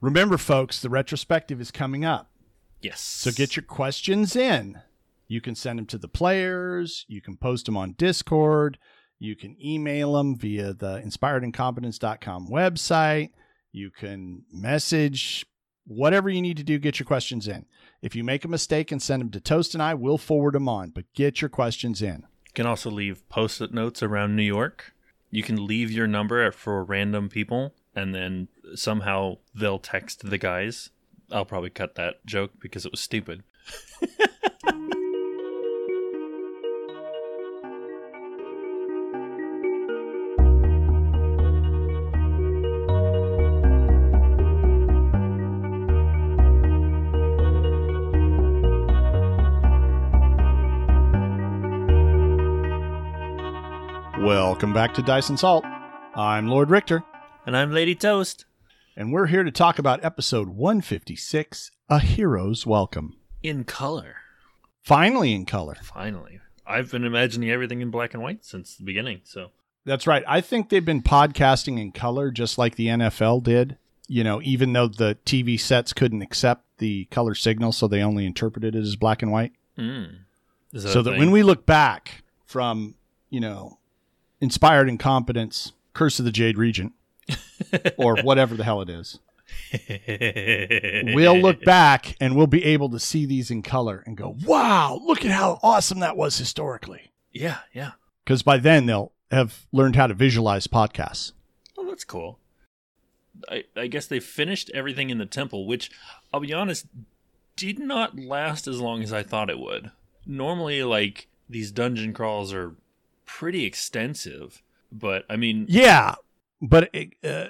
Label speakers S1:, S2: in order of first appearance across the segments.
S1: Remember, folks, the retrospective is coming up.
S2: Yes.
S1: So get your questions in. You can send them to the players, you can post them on Discord, you can email them via the inspiredincompetence.com website, you can message whatever you need to do, get your questions in. If you make a mistake and send them to Toast and I, we'll forward them on, but get your questions in.
S2: You can also leave post it notes around New York. You can leave your number for random people, and then somehow they'll text the guys. I'll probably cut that joke because it was stupid.
S1: Welcome back to Dyson Salt. I'm Lord Richter,
S2: And I'm Lady Toast.
S1: and we're here to talk about episode 156 A Hero's Welcome.
S2: In color.
S1: Finally in color.
S2: Finally. I've been imagining everything in black and white since the beginning, so.
S1: That's right. I think they've been podcasting in color just like the NFL did. You know, even though the TV sets couldn't accept the color signal, so they only interpreted it as black and white.
S2: Mm. Is
S1: so
S2: a
S1: that
S2: thing?
S1: when we look back from, you know, inspired incompetence, curse of the Jade Regent, or whatever the hell it is, we'll look back and we'll be able to see these in color and go, wow, look at how awesome that was historically.
S2: Yeah, yeah.
S1: Because by then they'll have learned how to visualize podcasts.
S2: Oh, that's cool. I, I guess they finished everything in the temple, which I'll be honest, did not last as long as I thought it would. Normally, like these dungeon crawls are pretty extensive, but I mean,
S1: Yeah, but it, uh,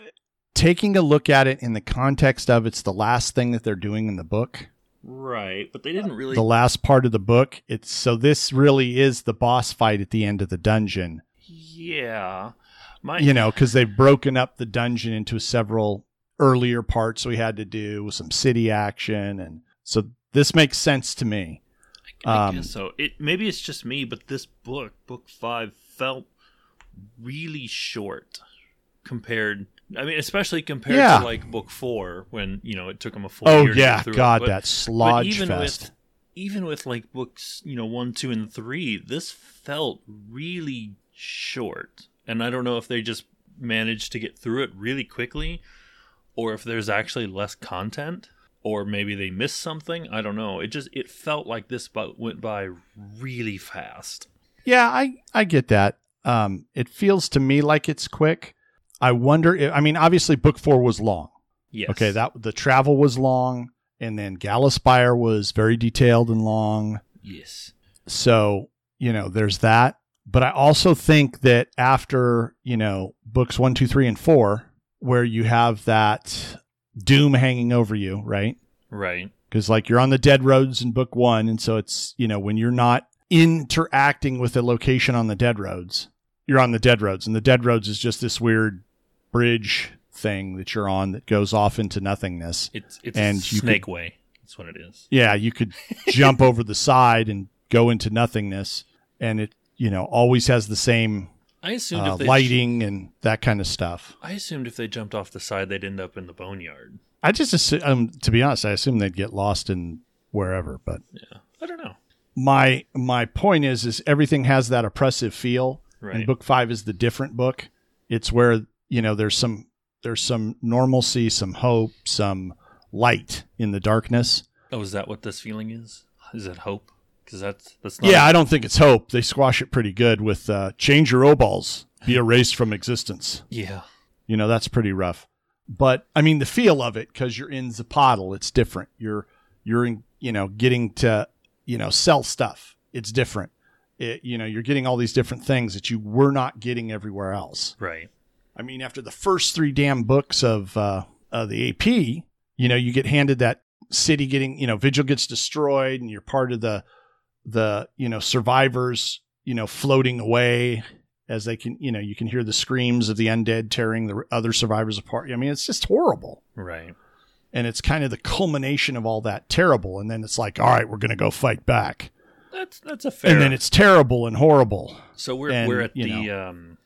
S1: taking a look at it in the context of it's the last thing that they're doing in the book,
S2: right? But they didn't really.
S1: the last part of the book. It's so this really is the boss fight at the end of the dungeon.
S2: yeah, my
S1: You know, because they've broken up the dungeon into several earlier parts we had to do with some city action, and so this makes sense to me.
S2: I
S1: um,
S2: guess so. It maybe it's just me, but this book, book five, felt really short compared. I mean, especially compared
S1: Yeah.
S2: to like book four, when you know it took them a full
S1: Oh
S2: year. to get
S1: yeah,
S2: through it.
S1: God,
S2: But-
S1: that slodge
S2: but even
S1: fest.
S2: With, even with like books, you know, one, two, and three, this felt really short. And I don't know if they just managed to get through it really quickly, or if there's actually less content, or maybe they missed something. I don't know. It just it felt like this bu- went by really fast.
S1: Yeah, I I get that. Um, it feels to me like it's quick. I wonder. If, I mean, obviously, book four was long.
S2: Yes.
S1: Okay, that the travel was long, and then Gallaspire was very detailed and long.
S2: yes.
S1: So you know, there's that. But I also think that after you know books one, two, three, and four, where you have that doom hanging over you, right?
S2: Right.
S1: because like you're on the dead roads in book one and so it's you know when you're not interacting with a location on the dead roads you're on the dead roads and the dead roads is just this weird bridge thing that you're on that goes off into nothingness
S2: It's it's
S1: And
S2: a
S1: you
S2: snake way. That's what it is.
S1: yeah you could jump over the side and go into nothingness and it you know always has the same
S2: I assumed
S1: uh,
S2: if they
S1: lighting and that kind of stuff
S2: I assumed if they jumped off the side, they'd end up in the boneyard.
S1: i just assume um, to be honest i assume they'd get lost in wherever but
S2: I don't know.
S1: my my point is is everything has that oppressive feel
S2: Right.
S1: and book five is the different book it's where you know there's some there's some normalcy some hope some light in the darkness
S2: Oh, is that what this feeling is? Is it hope? Because that's that's not.
S1: yeah i don't think it's hope they squash it pretty good with uh, change your oballs be erased from existence
S2: yeah.
S1: you know that's pretty rough but i mean the feel of it because you're in zapadal it's different you're you're in you know getting to you know sell stuff it's different it, you know you're getting all these different things that you were not getting everywhere else
S2: Right.
S1: i mean after the first three damn books of uh, uh the ap you know you get handed that city getting you know vigil gets destroyed and you're part of the the you know survivors you know floating away as they can you know you can hear the screams of the undead tearing the other survivors apart i mean it's just horrible
S2: Right.
S1: and it's kind of the culmination of all that terrible and then it's like all right we're going to go fight back
S2: That's that's a fair.
S1: and then it's terrible and horrible
S2: so we're
S1: and,
S2: we're at
S1: you
S2: the um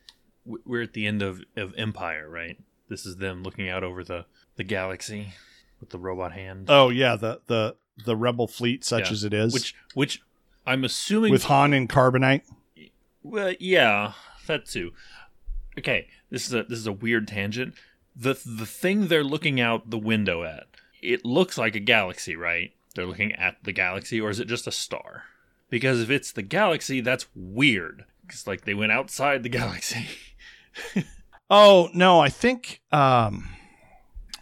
S2: w- we're at the end of of Empire, right? This is them looking out over the the galaxy. with the robot hand,
S1: Oh yeah, the the the rebel fleet, such
S2: Yeah.
S1: as it is,
S2: which which I'm assuming
S1: with Han and Carbonite.
S2: Well, yeah, that too. Okay, this is a this is a weird tangent. The the thing they're looking out the window at, it looks like a galaxy, right? They're looking at the galaxy, or is it just a star? Because if it's the galaxy, that's weird. It's like they went outside the galaxy.
S1: Oh no, I think um,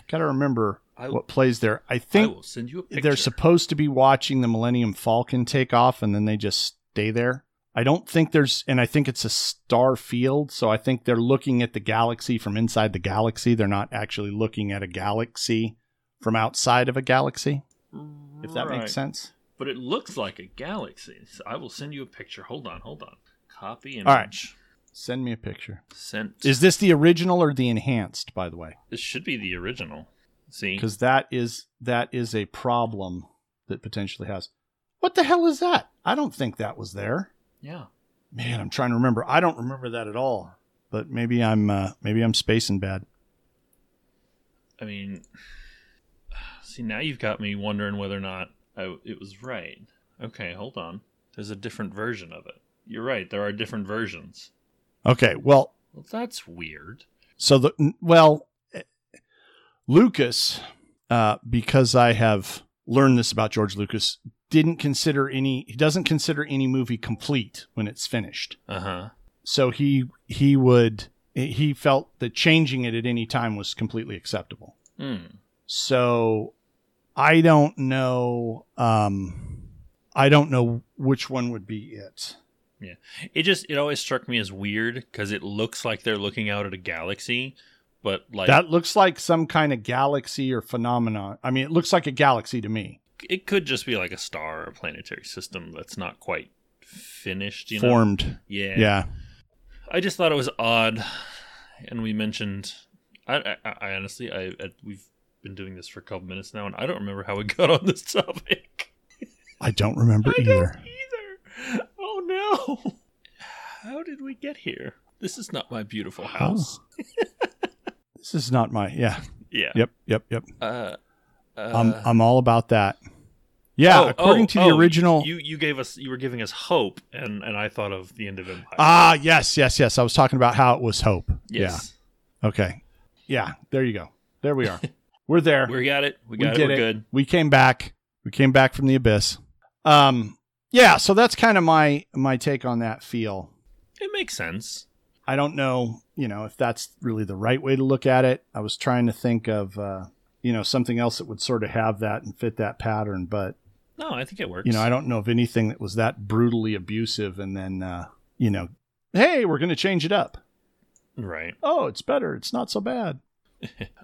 S1: gotta remember
S2: I-
S1: what plays there. I
S2: I
S1: think
S2: will send you a picture.
S1: they're supposed to be watching the Millennium Falcon take off, and then they just stay there. I don't think there's, and I think it's a star field, so I think they're looking at the galaxy from inside the galaxy. They're not actually looking at a galaxy from outside of a galaxy. If that
S2: Right.
S1: makes sense.
S2: But it looks like a galaxy. So I will send you a picture. Hold on, hold on. Copy image.
S1: All right. Send me a picture.
S2: Sent.
S1: Is this the original or the enhanced? By the way.
S2: this should be the original. See?
S1: because that is that is a problem that potentially has. What the hell is that? I don't think that was there.
S2: Yeah.
S1: Man, I'm trying to remember. I don't remember that at all. But maybe I'm uh, maybe I'm spacing bad.
S2: I mean, see, now you've got me wondering whether or not I, it was right. Okay, hold on. There's a different version of it. You're right. There are different versions.
S1: Okay, well,
S2: Well, that's weird.
S1: so the n- well, eh, Lucas, uh, because I have learned this about George Lucas, didn't consider any. He doesn't consider any movie complete when it's finished.
S2: Uh huh.
S1: so he he would he felt that changing it at any time was completely acceptable
S2: Hmm.
S1: so i don't know um i don't know which one would be it
S2: It just it always struck me as weird because it looks like they're looking out at a galaxy, but like
S1: that looks like some kind of galaxy or phenomenon i mean it looks like a galaxy to me
S2: it could just be like a star or planetary system that's not quite finished. You know?
S1: formed
S2: Yeah.
S1: yeah
S2: I just thought it was odd, and we mentioned. I, I, I honestly, I, I we've been doing this for a couple minutes now, and I don't remember how we got on this topic
S1: i don't remember
S2: I
S1: either
S2: don't e- either. Oh no! How did we get here? This is not my beautiful house.
S1: this is not my yeah
S2: Yeah.
S1: yep yep yep
S2: Uh, uh,
S1: i'm i'm all about that Um, yeah
S2: oh,
S1: according
S2: oh,
S1: to the
S2: oh,
S1: original
S2: you you gave us you were giving us hope, and and I thought of the end of Empire.
S1: ah yes yes yes i was talking about how it was hope yeah
S2: yes,
S1: Okay. Yeah, there you go. There we are. We're there.
S2: we got it. We got it.
S1: did
S2: We're
S1: it.
S2: good.
S1: we came back. We came back from the abyss. Um yeah, so that's kind of my my take on that feel.
S2: It makes sense.
S1: I don't know, you know, if that's really the right way to look at it. I was trying to think of uh, you know, something else that would sort of have that and fit that pattern, but
S2: No, I think it works.
S1: you know, I don't know of anything that was that brutally abusive and then uh, you know, hey, we're going to change it up.
S2: right.
S1: Oh, it's better. It's not so bad.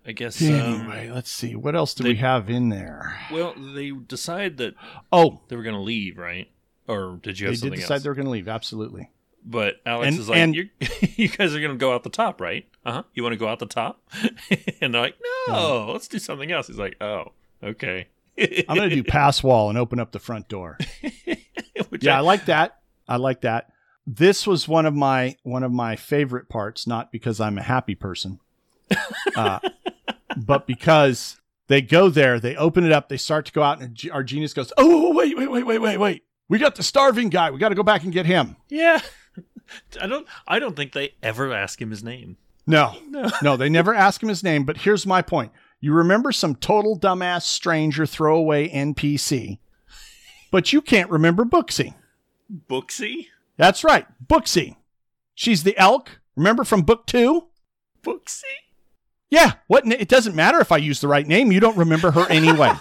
S2: I guess. Um,
S1: Anyway, let's see. What else do
S2: they-
S1: we have in there?
S2: Well, they decide that
S1: Oh,
S2: they were going to leave, right? Or did you have
S1: they did
S2: something
S1: decide
S2: else?
S1: they were going to leave. Absolutely.
S2: But Alex
S1: And-
S2: is like,
S1: and-
S2: You're, "You guys are going to go out the top, right? Uh huh. You want to go out the top?" and they're like, "No,
S1: Uh-huh.
S2: let's do something else." He's like, "Oh, okay."
S1: I'm going to do pass wall and open up the front door.
S2: Which
S1: Yeah, I
S2: I-
S1: like that. I like that. This was one of my one of my favorite parts, not because I'm a happy person, uh, but because they go there, they open it up, they start to go out, and our genius goes, "Oh, wait, wait, wait, wait, wait, wait! We got the starving guy. We got to go back and get him."
S2: yeah. I don't. I don't think they ever ask him his name.
S1: No,
S2: No.
S1: no, they never ask him his name. But here's my point: you remember some total dumbass stranger throwaway NPC, but you can't remember Booksy.
S2: Booksy.
S1: That's right, Booksy. She's the elk. Remember from book two?
S2: Booksy.
S1: Yeah. What? na- It doesn't matter if I use the right name. You don't remember her anyway.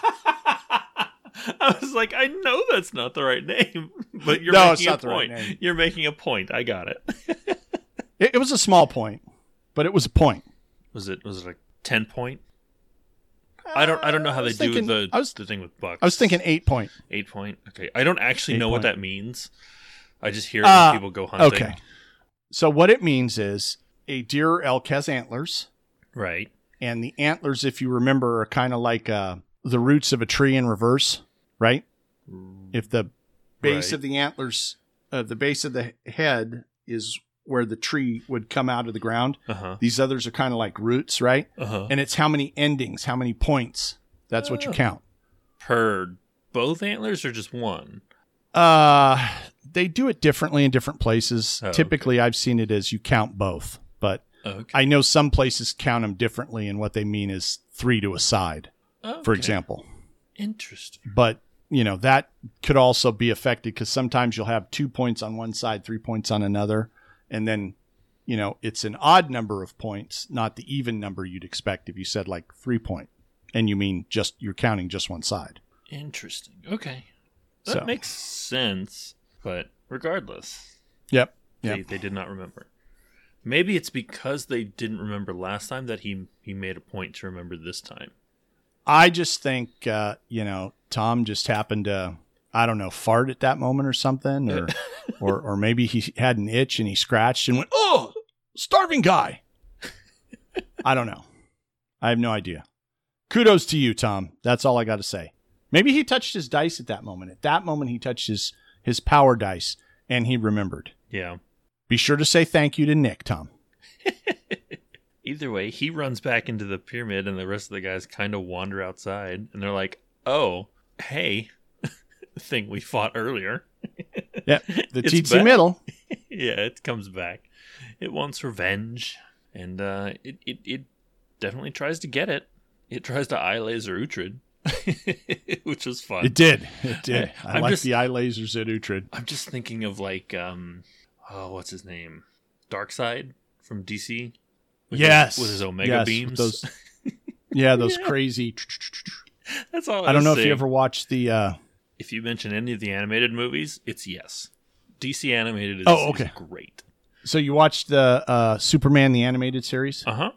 S2: I was like, I know that's not the right name, but you're
S1: No,
S2: making
S1: it's
S2: a
S1: not the right
S2: point.
S1: name.
S2: You're making a point. I got it.
S1: it, it was a small point, but it was a point.
S2: Was it was it a ten point? I don't I don't know how
S1: Uh, I
S2: they
S1: was thinking-
S2: do the
S1: I was-
S2: the thing with bucks.
S1: I was thinking eight point.
S2: eight point. Okay, I don't actually
S1: Eight
S2: know
S1: point.
S2: what that means. I just hear it
S1: Uh,
S2: when people go hunting.
S1: Okay. So what it means is a deer or elk has antlers,
S2: right,
S1: and the antlers, if you remember, are kind of like uh, the roots of a tree in reverse, right? If the base
S2: Right.
S1: of the antlers, uh, the base of the head is where the tree would come out of the ground.
S2: uh huh,
S1: These others are kind of like roots, right?
S2: uh huh.
S1: And it's how many endings, how many points That's what you
S2: Oh.
S1: count.
S2: per both antlers or just one?
S1: Uh, they do it differently in different places.
S2: Oh, okay.
S1: Typically, I've seen it as you count both, but
S2: Okay.
S1: I know some places count them differently, and what they mean is three to a side, for
S2: Okay.
S1: example.
S2: Interesting.
S1: But you know that could also be affected because sometimes you'll have two points on one side, three points on another, and then you know it's an odd number of points, not the even number you'd expect if you said like three point, and you mean just you're counting just one side.
S2: Interesting. Okay. That
S1: So-
S2: makes sense, but regardless,
S1: Yep.
S2: they,
S1: Yep.
S2: they did not remember. Maybe it's because they didn't remember last time that he he made a point to remember this time.
S1: I just think uh, you know Tom just happened to I don't know fart at that moment or something, or or or maybe he had an itch and he scratched and went oh starving guy. I don't know. I have no idea. Kudos to you, Tom. That's all I got to say. Maybe he touched his dice at that moment. At that moment, he touched his his power dice and he remembered.
S2: Yeah.
S1: Be sure to say thank you to Nick, Tom.
S2: Either way, he runs back into the pyramid, and the rest of the guys kind of wander outside, and they're like, "Oh, hey, thing we fought earlier.
S1: Yep, the
S2: It's
S1: TT
S2: back.
S1: middle.
S2: yeah, it comes back. It wants revenge, and uh, it it it definitely tries to get it. It tries to eye laser Uhtred, which was fun.
S1: It did. It did. I
S2: I'm
S1: like
S2: just-
S1: the eye lasers at Utrid.
S2: I'm just thinking of like, um, oh, what's his name, Darkseid from DC. With his-
S1: yes,
S2: with his Omega
S1: Yes, with
S2: beams.
S1: those- yeah, those
S2: Yeah.
S1: crazy.
S2: That's all.
S1: I don't know if
S2: saying.
S1: you ever watched the. Uh,
S2: if you mention any of the animated movies, it's yes. DC animated is,
S1: Oh,
S2: is
S1: okay.
S2: great.
S1: so you watched the uh, Superman the animated series?
S2: Uh huh.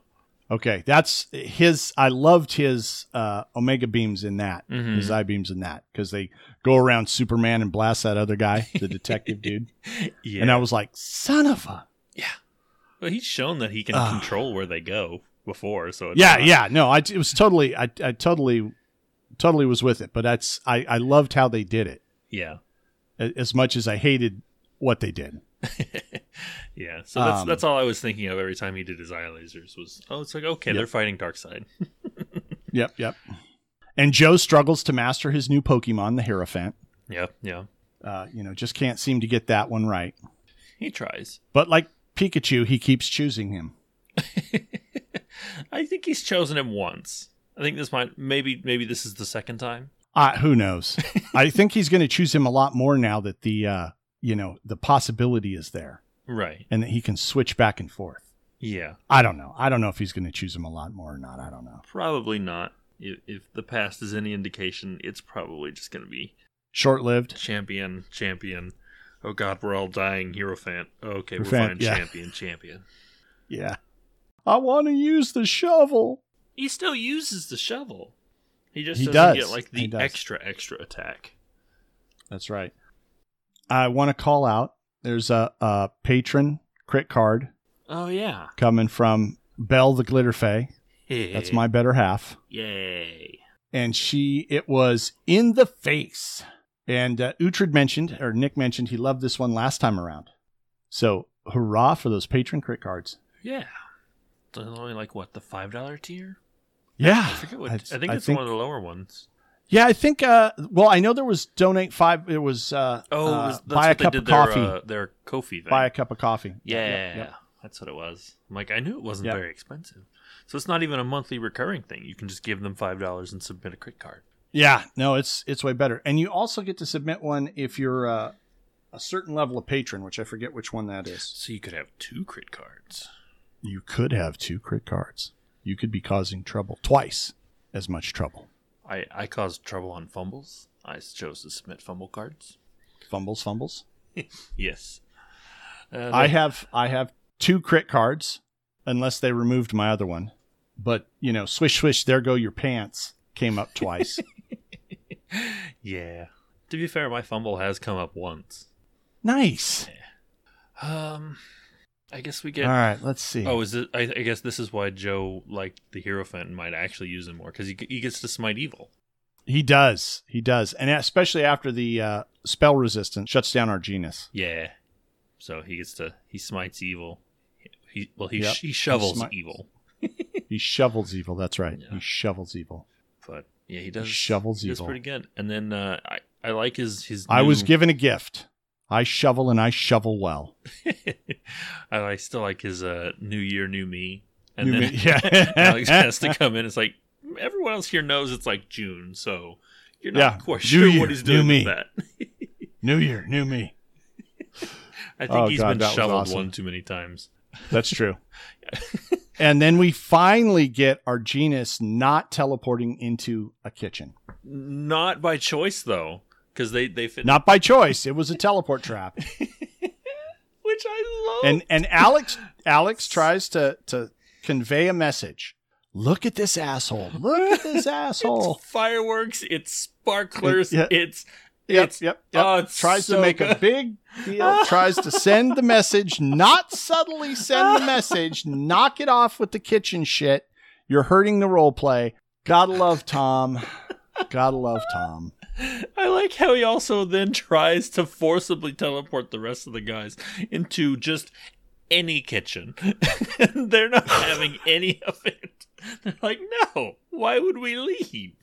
S1: Okay, that's his. I loved his uh, Omega beams in that.
S2: Mhm.
S1: His eye beams in that because they go around Superman and blast that other guy, the detective dude.
S2: Yeah.
S1: And I was like, son of a.
S2: But he's shown that he can
S1: Ah.
S2: control where they go before. So it's
S1: Yeah,
S2: not-
S1: yeah. No, I, it was totally. I, I totally, totally was with it. But that's. I, I loved how they did it
S2: yeah,
S1: a- as much as I hated what they did.
S2: yeah. So that's
S1: Um,
S2: that's all I was thinking of every time he did his eye lasers was oh, it's like okay,
S1: Yep.
S2: they're fighting Darkseid.
S1: Yep, yep. And Joe struggles to master his new Pokemon, the Hierophant.
S2: yeah, yeah.
S1: Uh, you know, just can't seem to get that one right.
S2: He tries.
S1: But like Pikachu, he keeps choosing him.
S2: I think he's chosen him once. I think this might maybe maybe this is the second time.
S1: Uh, who knows? I think he's going to choose him a lot more now that the uh, you know the possibility is there
S2: Right.
S1: and that he can switch back and forth.
S2: Yeah.
S1: I don't know. I don't know if he's going to choose him a lot more or not. I don't know.
S2: Probably not. If, if the past is any indication, it's probably just going to be
S1: Short lived.
S2: champion, champion. Oh God, we're all dying. Hero fan. Okay, we're
S1: Fan,
S2: fine.
S1: yeah.
S2: Champion, champion.
S1: Yeah. I want to use the shovel.
S2: He still uses the shovel. He just
S1: He does.
S2: doesn't get like
S1: He
S2: the
S1: does.
S2: extra extra attack.
S1: That's right. I want to call out. There's a, a patron crit card
S2: Oh yeah,
S1: coming from Belle the Glitterfay. That's my better half.
S2: yay.
S1: And she, it was in the face. And uh, Uhtred mentioned, or Nick mentioned, he loved this one last time around. So hurrah for those patron crit cards.
S2: Yeah, So it's only like what the five dollar tier.
S1: Yeah.
S2: I forget what. I, think it's one of the lower ones.
S1: Yeah, I think, uh, well, I know there was donate five. It was, uh,
S2: Oh,
S1: uh,
S2: it was- that's
S1: buy a
S2: what they
S1: cup
S2: did
S1: of
S2: their
S1: coffee.
S2: uh, their Kofi thing.
S1: buy a cup of coffee.
S2: yeah,
S1: Yep, yep.
S2: that's what it was. I'm like, I knew it wasn't
S1: Yep.
S2: very expensive. So it's not even a monthly recurring thing. You can just give them five dollars and submit a credit card.
S1: Yeah, no, it's it's way better. And you also get to submit one if you're uh, a certain level of patron, which I forget which one that is.
S2: So you could have two crit cards.
S1: You could have two crit cards. You could be causing trouble twice as much trouble.
S2: I, I caused trouble on fumbles. I chose to submit fumble cards.
S1: Fumbles, fumbles.
S2: Yes. Uh,
S1: I
S2: they-
S1: have I have two crit cards, unless they removed my other one. But you know, swish swish, there go your pants. Came up twice.
S2: yeah. To be fair, my fumble has come up once.
S1: nice.
S2: Um, I guess we
S1: All
S2: get.
S1: right, let's see.
S2: Oh, is it? I, I guess this is why Joe liked the hero fan and might actually use him more because he he gets to smite evil.
S1: He does. He does, and especially after the uh, spell resistance shuts down our genus.
S2: Yeah. So he gets to he smites evil. He well he
S1: Yep.
S2: sh- he shovels
S1: He smites.
S2: evil.
S1: He shovels evil. That's right.
S2: Yeah.
S1: He shovels evil.
S2: But Yeah, he does.
S1: shovels
S2: He does
S1: evil.
S2: pretty good. And then uh, I I like his his.
S1: I was
S2: new-
S1: given a gift. I shovel and I shovel well.
S2: I like, still like his uh, New Year, New Me. And
S1: New
S2: then
S1: Me, yeah.
S2: Alex has to come in. It's like everyone else here knows it's like June, so you're not
S1: Yeah,
S2: quite
S1: New
S2: sure
S1: Year,
S2: what he's
S1: New
S2: doing
S1: Me.
S2: with that.
S1: New year, new me.
S2: I think
S1: Oh,
S2: he's
S1: God, that
S2: been
S1: was
S2: shoveled
S1: awesome.
S2: one too many times.
S1: That's true. and then we finally get our genus not teleporting into a kitchen.
S2: Not by choice though, because they they fit.
S1: Not by choice. It was a teleport trap.
S2: which I love.
S1: And and Alex Alex tries to to convey a message. Look at this asshole. Look at this asshole.
S2: it's fireworks, it's sparklers,
S1: Yeah.
S2: it's
S1: Yep,
S2: It's-
S1: yep, yep.
S2: oh, it's
S1: tries to
S2: so
S1: make a
S2: good.
S1: big deal. tries to send the message, not subtly send the message. Knock it off with the kitchen shit. You're hurting the role play. Gotta love Tom. Gotta love Tom.
S2: I like how he also then tries to forcibly teleport the rest of the guys into just any kitchen. And They're not having any of it. They're like, no, why would we leave?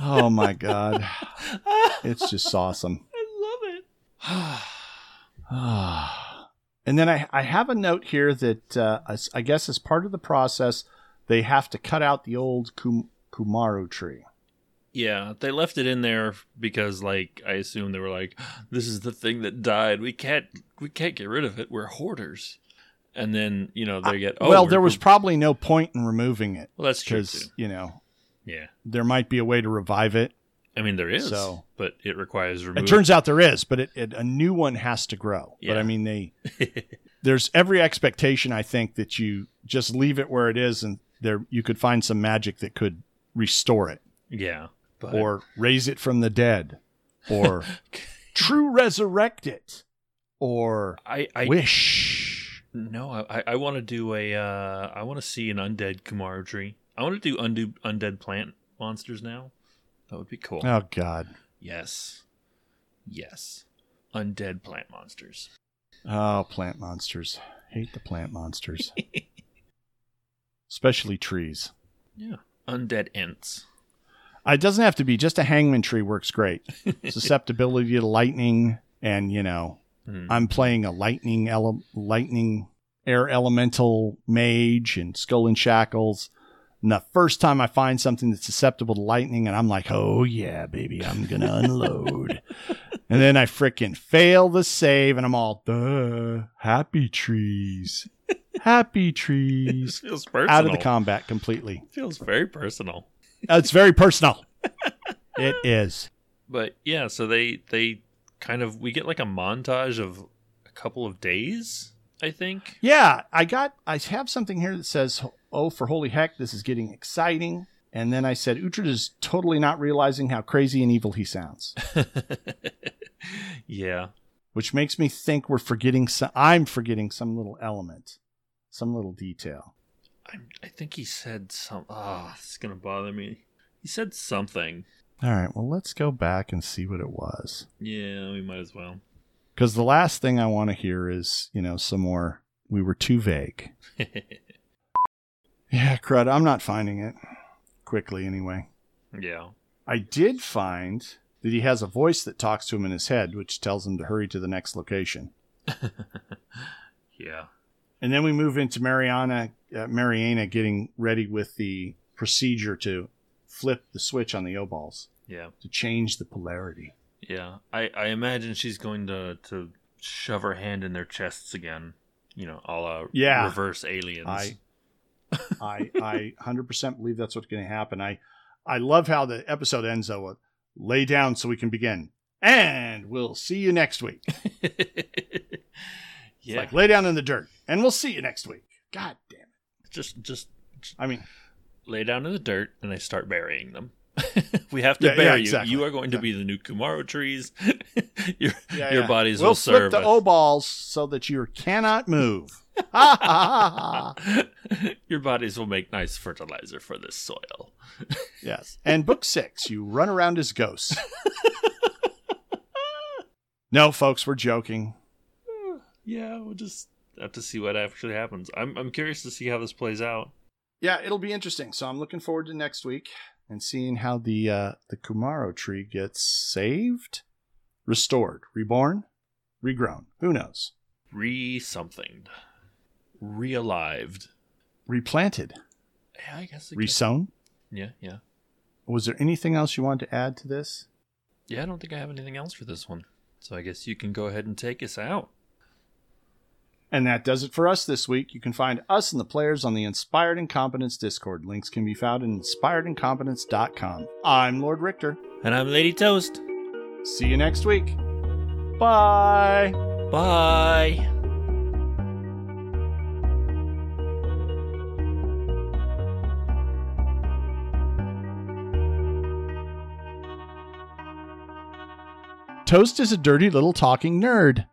S1: Oh my god,
S2: Ah,
S1: it's just awesome.
S2: I love it.
S1: and then I, I have a note here that uh, I, s- I guess as part of the process, they have to cut out the old kum, kumaru tree.
S2: Yeah, they left it in there because, like, I assume they were like, "This is the thing that died. We can't, we can't get rid of it. We're hoarders." And then you know they get, "Oh,
S1: Ah, well,
S2: we're-
S1: there was
S2: we're-
S1: probably no point in removing it
S2: well, that's true too.
S1: because you know
S2: Yeah,
S1: there might be a way to revive it.
S2: I mean there is,
S1: So-
S2: but it requires removal.
S1: It turns out there is, but it, it, a new one has to grow. But
S2: Yeah.
S1: I mean, they there's every expectation I think that you just leave it where it is, and there you could find some magic that could restore it.
S2: yeah, but
S1: or raise it from the dead, or true resurrect it, or
S2: I, I
S1: wish.
S2: no, I, I want to do a, uh, I want to see an undead Kumaru tree. I want to do undo undead plant monsters now. That would be cool.
S1: Oh God!
S2: Yes, yes, undead plant monsters.
S1: Oh, plant monsters! Hate the plant monsters, especially trees.
S2: Yeah, undead ants.
S1: It doesn't have to be just a hangman tree. Works great. Susceptibility to lightning, and you know,
S2: Mm.
S1: I'm playing a lightning ele- lightning air elemental mage and skull and shackles. And the first time I find something that's susceptible to lightning, and I'm like, oh yeah, baby, I'm gonna unload. And then I frickin' fail the save, and I'm all, duh, happy trees, happy trees,
S2: feels personal.
S1: out of the combat completely.
S2: feels very personal.
S1: It's very personal. It is.
S2: But yeah, so they they kind of we get like a montage of a couple of days, I think.
S1: Yeah, I got. I have something here that says, "Oh, for holy heck, this is getting exciting." And then I said, "Uhtred is totally not realizing how crazy and evil he sounds,"
S2: yeah.
S1: which makes me think we're forgetting. Some, I'm forgetting some little element, some little detail.
S2: I'm, I think he said some ah, it's going to bother me. He said something.
S1: All right, well, let's go back and see what it was,
S2: Yeah, we might as well.
S1: because the last thing I want to hear is, you know, some more. We were too vague. Yeah, crud. I'm not finding it quickly anyway.
S2: yeah.
S1: I did find that he has a voice that talks to him in his head, which tells him to hurry to the next location.
S2: Yeah.
S1: And then we move into Mariana, uh, Mariana getting ready with the procedure to flip the switch on the O balls
S2: Yeah.
S1: to change the polarity.
S2: Yeah. I I imagine she's going to to shove her hand in their chests again. You know, a la
S1: Yeah.
S2: reverse aliens.
S1: I, I, I, hundred percent believe that's what's going to happen. I, I love how the episode ends though. With, Lay down so we can begin, and we'll see you next week. It's
S2: yeah.
S1: like lay down in the dirt, and we'll see you next week. God damn it!
S2: just just
S1: I mean,
S2: lay down in the dirt and they start burying them. we have to
S1: Yeah, yeah,
S2: bury you.
S1: exactly.
S2: You are going to be the new Kumaro trees. your
S1: Yeah,
S2: your
S1: yeah.
S2: bodies
S1: we'll
S2: will
S1: flip
S2: serve.
S1: the
S2: us.
S1: O balls so that you cannot move. Ha, ha, ha, ha.
S2: your bodies will make nice fertilizer for this soil.
S1: yes. And book six, you run around as ghosts. no, folks, we're joking.
S2: Yeah, we'll just have to see what actually happens. I'm I'm curious to see how this plays out.
S1: Yeah, it'll be interesting. So I'm looking forward to next week. and seeing how the uh, the Kumaro tree gets saved, restored, reborn, regrown. Who knows?
S2: Re something. Realived.
S1: Replanted,
S2: Yeah, I guess. it could-
S1: resown.
S2: Yeah, yeah.
S1: Was there anything else you wanted to add to this?
S2: Yeah, I don't think I have anything else for this one. So I guess you can go ahead and take us out.
S1: And that does it for us this week. You can find us and the players on the Inspired Incompetence Discord. Links can be found at inspiredincompetence.com. I'm Lord Richter.
S2: And I'm Lady Toast.
S1: See you next week. Bye.
S2: Bye.
S1: Toast is a dirty little talking nerd.